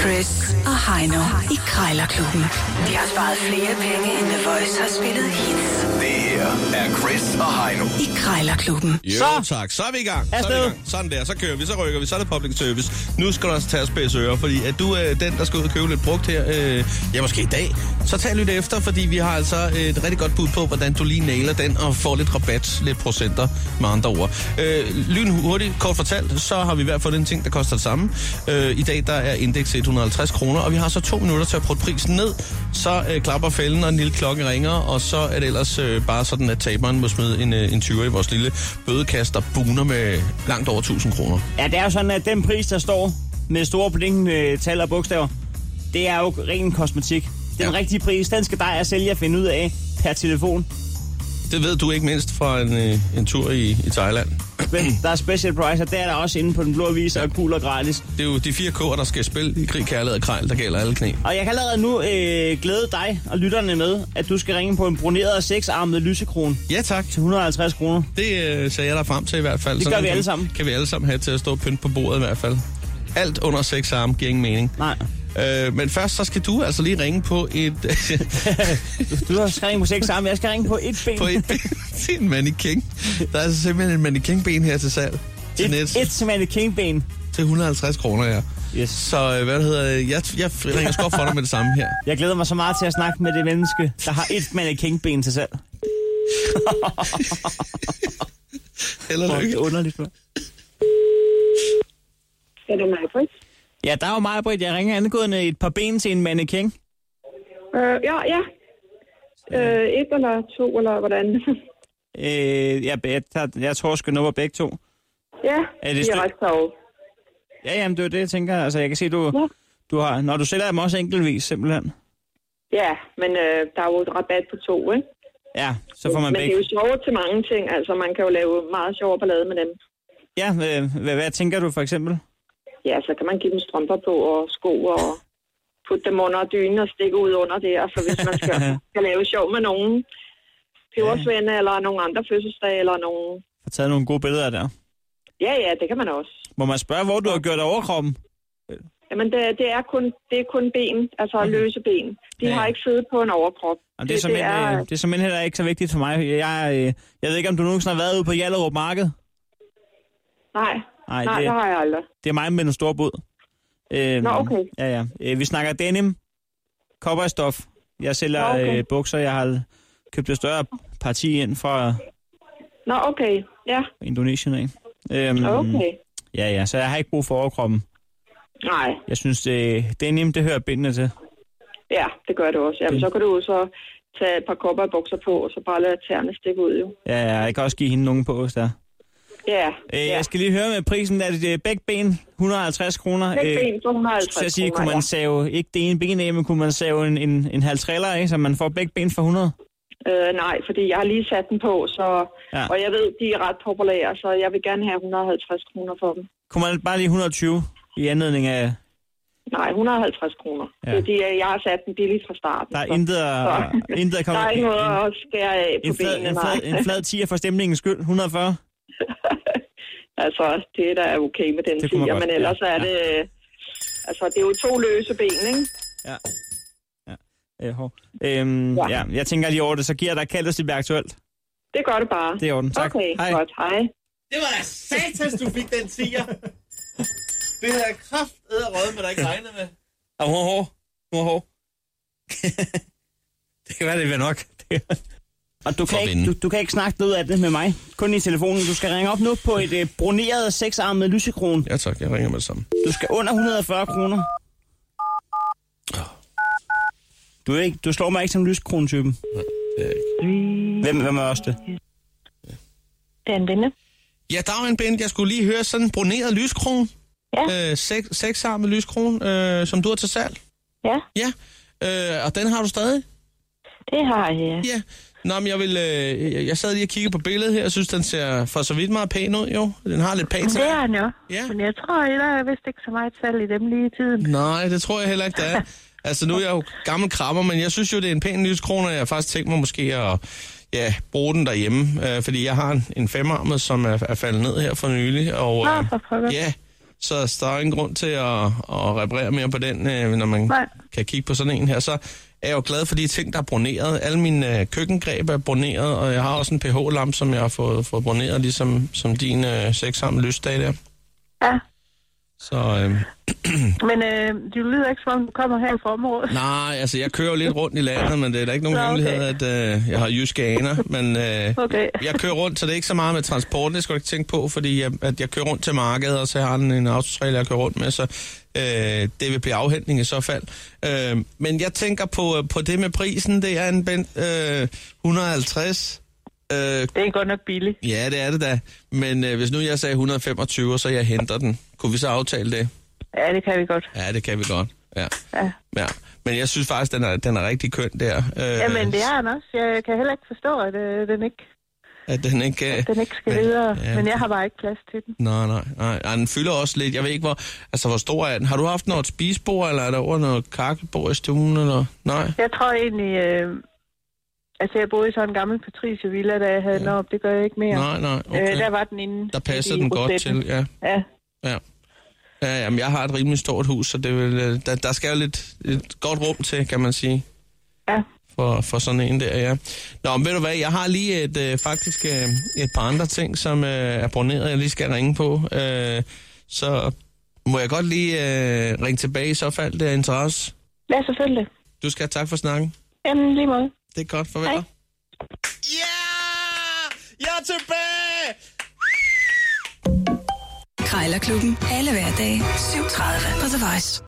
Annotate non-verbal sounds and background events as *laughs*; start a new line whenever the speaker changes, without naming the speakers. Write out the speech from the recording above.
Chris og Heino i Krejlerklubben. De har sparet flere penge, end The Voice har spillet hits
Det her er Chris og Heino.
i Krejlerklubben.
Jo,
Så.
så. tak. Så er vi i gang. Så er vi i
Afsted.
gang. Sådan der. Så kører vi, så rykker vi, så er det public service. Nu skal du også tage og spidse ører, fordi at du er den, der skal ud og købe lidt brugt her, øh, ja, måske i dag. Så tag lidt efter, fordi vi har altså et rigtig godt bud på, hvordan du lige nailer den og får lidt rabat, lidt procenter med andre ord. Øh, lyn hurtigt, kort fortalt, så har vi i hvert fald en ting, der koster det samme. Øh, I dag der er indeks 150 kroner, og vi har så to minutter til at putte prisen ned. Så øh, klapper fælden, og en lille klokke ringer, og så er det ellers øh, bare sådan, at taberen må smide en, øh, en 20 i vores lille bødekasse, der buner med langt over 1000 kroner.
Ja, det er jo sådan, at den pris, der står med store blinkende øh, tal og bogstaver, det er jo ren kosmetik. Den
Ja.
ja. rigtige pris, den skal dig og sælger finde ud af per telefon.
Det ved du ikke mindst fra en, øh, en tur i, i Thailand. *clears throat*
Men der er special price, og der er der også inde på den blå avis, og cool og gratis.
Det er jo de fire kår, der skal spille i krig, kærlighed og krejl, der gælder alle knæ.
Og jeg kan allerede nu øh, glæde dig og lytterne med, at du skal ringe på en broneret og seksarmet lysekron
Ja tak.
til 150 kroner.
Det øh, sagde jeg dig frem til i hvert fald.
Det gør
Sådan
vi
kan-
alle sammen.
Kan vi alle sammen have til at stå pynt på bordet i hvert fald. Alt under seks arme giver ingen mening.
Nej,
Øh, men først så skal du altså lige ringe på et, *laughs*
du har skal ringe på seks arme, jeg skal ringe på et ben.
på et ben *laughs* til en mannequin. Der er altså simpelthen en mannequinben her til salg. Til net.
et, et som er det kingben.
Til 150 kroner, ja.
Yes.
Så øh, hvad det hedder det? jeg, jeg ringer sgu op for dig med det samme her.
Jeg glæder mig så meget til at snakke med det menneske, der har et mannequin-ben til salg.
Held
Hvor
og
er det
lykke.
underligt. hva'?
Er det mig, Britt?
Ja, der er jo mig, Britt. Jeg ringer angående et par ben til en mannequin.
Øh, ja, ja. Øh, et eller to, eller hvordan? *laughs*
Øh, jeg, jeg, jeg, jeg tror sgu nu var begge to.
ja,
Er
er
det
det de
styk-
er ret sjove.
Ja, jamen, det er jo det, jeg tænker. Altså, jeg kan se,
Ja.
du, du har... Når du sælger dem også enkeltvis, simpelthen.
Ja, men øh, der er jo et rabat på to, ikke?
Ja, så får man
men det
begge.
er jo sjovt til mange ting. Altså, man kan jo lave meget sjov ballade med dem.
Ja, øh, hvad, hvad tænker du for eksempel?
Ja, så kan man give dem strømper på og sko og putte dem under dynen og stikke ud under der. Så hvis man
*laughs*
skal, skal lave sjov med nogen pebersvende eller nogle andre fødselsdage eller nogen...
Har taget nogle gode billeder der.
Ja, ja, det kan man også.
Må man spørge, hvor du har gjort overkroppen?
Jamen, det, det, er, kun, det er kun ben, altså løse ben. De
Mhm. Ja, ja.
har ikke siddet på en overkrop.
Jamen, det, er det, er... Øh, det er simpelthen heller ikke så vigtigt for mig. Jeg, øh, jeg ved ikke, om du nogensinde har været ude på Jallerup Marked.
Nej,
Nej,
nej, nej det...
det-
har jeg aldrig.
Det er mig med den store bod. Øh,
Nå, okay.
Ja, ja. Øh, vi snakker denim, cowboystof. Jeg sælger
Nå, okay.
øh, bukser. Jeg har købt et større parti ind fra
Nå, okay. Ja,
Indonesien. Ikke? Øhm,
okay.
Ja, ja. Så jeg har ikke brug for overkroppen.
Nej,
Jeg synes, det, denim, det hører bindene til.
ja, det gør det også. Jamen,
Det-
så kan du jo så tage et par kopper af bukser på, og så bare lade tæerne stikke ud, jo.
Ja, ja. Jeg kan også give hende nogen på os der.
Ja,
Øh,
ja.
Jeg skal lige høre med prisen. Er det øh, begge ben? 150 kroner.
Læg
Øh,
ben for 150
så jeg sige, kunne
kroner,
man save ikke det ene ben af, men kunne man save en, en, en halv triller, ikke? så man får begge ben for 100?
ja. øh, nej, fordi jeg har lige sat den på, så...
Ja.
Ja. og jeg ved, de er ret populære, så jeg vil gerne have 150 kroner for dem.
Kunne man bare lige 120 i anledning af,
Nej, 150 kroner.
Ja.
Ja. Fordi øh, jeg har sat den billigt fra starten.
Der er
så-
intet at,
Så-
intet at
Der
komme...
er ikke noget
en,
at skære af på
en, flad,
benene,
en, flad,
nej.
en flad 10 for stemningens skyld, 140.
Altså, det der er okay med den
Det kunne man
siger,
godt,
men ellers
ja.
er det... øh, Altså, det er jo to løse ben, ikke?
Øh, hov. øhm, ja.
Ja.
ja. jeg tænker lige over det, så giver jeg dig kaldet det bliver aktuelt.
Det gør det bare.
Det er i orden. Tak.
Okay,
Hej.
godt. Hej.
Det var da satans, du fik den tiger. Det havde jeg kraftedderøget med, der ikke regnet med.
Og hun er hård. Hun er hård. det kan være, det bliver nok.
Og du
For
kan,
at
ikke,
vinde.
du, du kan ikke snakke noget af det med mig. Kun i telefonen. Du skal ringe op nu på et øh, broneret seksarmet lysekron.
Ja tak, jeg ringer med det samme.
Du skal under 140 kroner. Du, er ikke, du slår mig ikke som lysekron-typen.
Det er ikke.
Hvem, hvem er også det?
Dan Vinde.
Ja, Dagmar Bent, jeg skulle lige høre sådan en broneret lyskron.
Ja.
Øh, seks, seksarmet lyskron, øh, som du har til salg.
Ja,
Ja. Øh, og den har du stadig?
det har jeg.
Ja. Nå, men jeg, vil, øh, jeg- jeg sad lige og kiggede på billedet her, og synes, den ser for så vidt meget pæn ud, jo. Den har lidt pænt.
Det er han jo.
Ja.
Men jeg tror, at der er vist ikke så meget salg i dem lige i tiden.
Nej, det tror jeg heller ikke, der er. Altså, nu er jeg jo gammel krammer, men jeg synes jo, det er en pæn lyskron, og jeg har faktisk tænkt mig måske at ja, bruge den derhjemme. Øh, fordi jeg har en, en femarmet, som er, er faldet ned her for nylig, og...
Nå, for pokker.
Ja, Så der er ingen grund til at, at reparere mere på den, øh, når man
Nej.
kan kigge på sådan en her. Så er jeg jo glad for de ting, der er broneret. Alle mine øh, køkkengreb er broneret, og jeg har også en pH-lampe, som jeg har fået, fået broneret, ligesom som din øh, sexsamme lystdag der.
Ja,
Så øh,
men øh, du lyder ikke, som om du kommer her fra området.
nej, altså jeg kører jo lidt rundt i landet, men det er da ikke nogen
Nå, okay.
hemmelighed, at øh, jeg har jyske aner. Men øh,
Okay.
jeg kører rundt, så det er ikke så meget med transporten, det skal du ikke tænke på, fordi jeg, at jeg kører rundt til markedet, og så har den en autotrailer, jeg kører rundt med, så øh, det vil blive afhentning i så fald. Øh, men jeg tænker på, øh, på det med prisen, det er en ben, øh, 150. Øh,
Det er godt nok billigt.
ja, det er det da. Men øh, hvis nu jeg sagde 125, og så jeg henter den, kunne vi så aftale det?
Ja, det kan vi godt.
Ja, det kan vi godt. Ja.
Ja.
ja. Men jeg synes faktisk, den er, den er rigtig køn der. Øh,
Jamen, det er den også. Jeg kan heller ikke forstå, at øh, den ikke,
At den ikke... øh,
den ikke skal
men-
videre.
ja.
Men jeg har bare ikke plads til den.
Nej, nej, nej. Ej, Den fylder også lidt. Jeg ved ikke, hvor, altså, hvor stor er den. Har du haft noget spisebord, eller er der over noget kakkelbord i stuen? Eller? Nej.
Jeg tror egentlig... Øh, altså, jeg boede i sådan en gammel Patricia Villa, da jeg havde den op. Det gør jeg ikke mere.
Nej, nej,
Øh, der
okay.
var den inde.
Der passer
i
den godt
rosetten.
til, ja.
Ja,
ja. Ja, jamen, jeg har et rimelig stort hus, så det vil, øh, der, der skal jo lidt, et godt rum til, kan man sige,
ja.
for, for sådan en der, ja. Nå, men ved du hvad, jeg har lige et, øh, faktisk øh, et par andre ting, som øh, er broneret, jeg lige skal ringe på. Øh, så må jeg godt lige øh, ringe tilbage i så fald, det er interesse.
Ja, selvfølgelig.
Du skal have tak for snakken.
Jamen, lige måde.
Det er godt, farvel.
Hej.
Ja! Jeg er tilbage!
Krejlerklubben. Alle hverdage. 7.30 på The Voice.